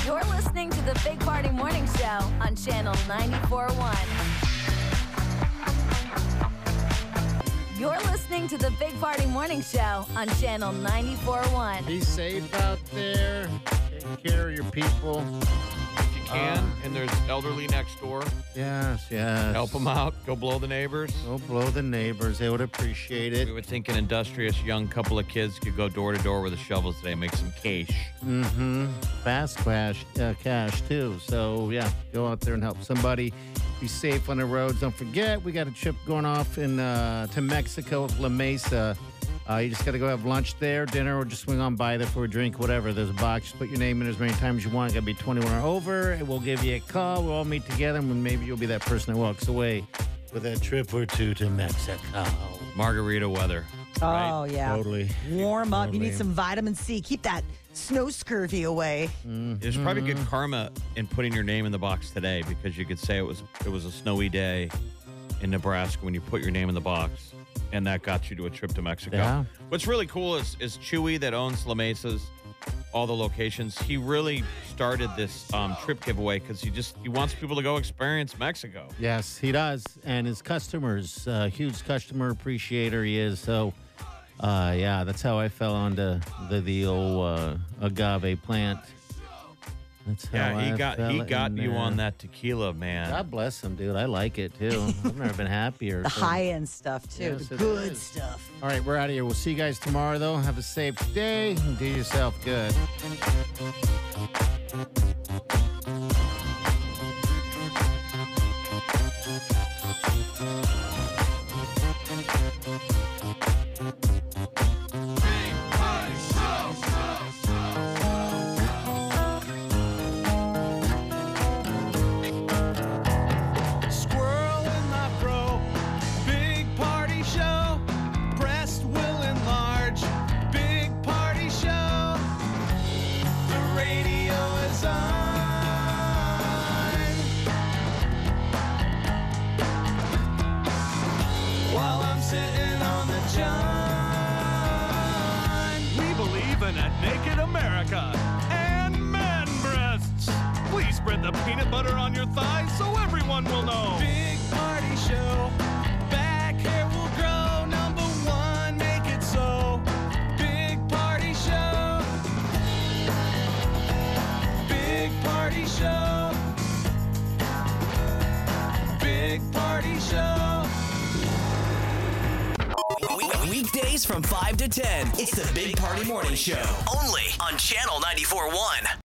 S1: You're listening to the Big Party Morning Show on Channel 94.1. You're listening listening to the Big Party Morning Show on Channel 941.
S3: Be safe out there. Take care of your people.
S4: If you can,
S3: Uh,
S4: and there's elderly next door,
S3: Yes, yes.
S4: help them out. Go blow the neighbors.
S3: Don't blow the neighbors. They would appreciate
S4: We
S3: it.
S4: would think an industrious young couple of kids could go door to door with a shovel today and make some cash.
S3: Mm-hmm. Fast cash, uh, cash too. So yeah, go out there and help somebody. Be safe on the roads. Don't forget, we got a trip going off in uh, to Mexico with La Mesa. Uh, you just got to go have lunch there, dinner, or just swing on by there for a drink, whatever. There's a box. Just put your name in as many times as you want. Got to be 21 or over, and we'll give you a call. We'll all meet together, and maybe you'll be that person that walks away with a trip or two to Mexico.
S4: Margarita weather.
S2: Oh yeah.
S3: Totally.
S2: Warm up. You need
S3: Totally.
S2: some vitamin C. Keep that snow scurvy away.
S4: There's probably good
S3: Mm-hmm.
S4: karma in putting your name in the box today because you could say it was it was a snowy day in Nebraska when you put your name in the box, and that got you to a trip to Mexico.
S3: Yeah.
S4: What's really cool is is Chewy that owns La Mesa's all the locations. He really started this um, trip giveaway because he just he wants people to go experience Mexico.
S3: Yes, he does, and his customers, uh, huge customer appreciator he is. So, uh, yeah, that's how I fell onto the the old uh, agave plant. That's how
S4: Yeah,
S3: I
S4: he got he
S3: fell
S4: got
S3: in
S4: you
S3: there.
S4: on that tequila, man.
S3: God bless him, dude. I like it too. I've never been happier.
S2: The
S3: so-
S2: high end stuff too.
S3: Yes,
S2: the
S3: it
S2: good
S3: is.
S2: stuff.
S3: All right, we're out of here. We'll see you guys tomorrow, though. Have a safe day. and Do yourself good.
S8: Squirrel in my pro. Big party show. Breast will enlarge. Big party show. The radio is on. While I'm sitting on the john. We believe in a naked America and man breasts. Please spread the peanut butter on your thighs so everyone will know. Big party show. Back hair will grow. Number one, make it so. Big party show. Big party show. Big party show.
S6: We- Weekdays from 5 to 10. It's the Big Party Morning Show. Only on Channel 94.1.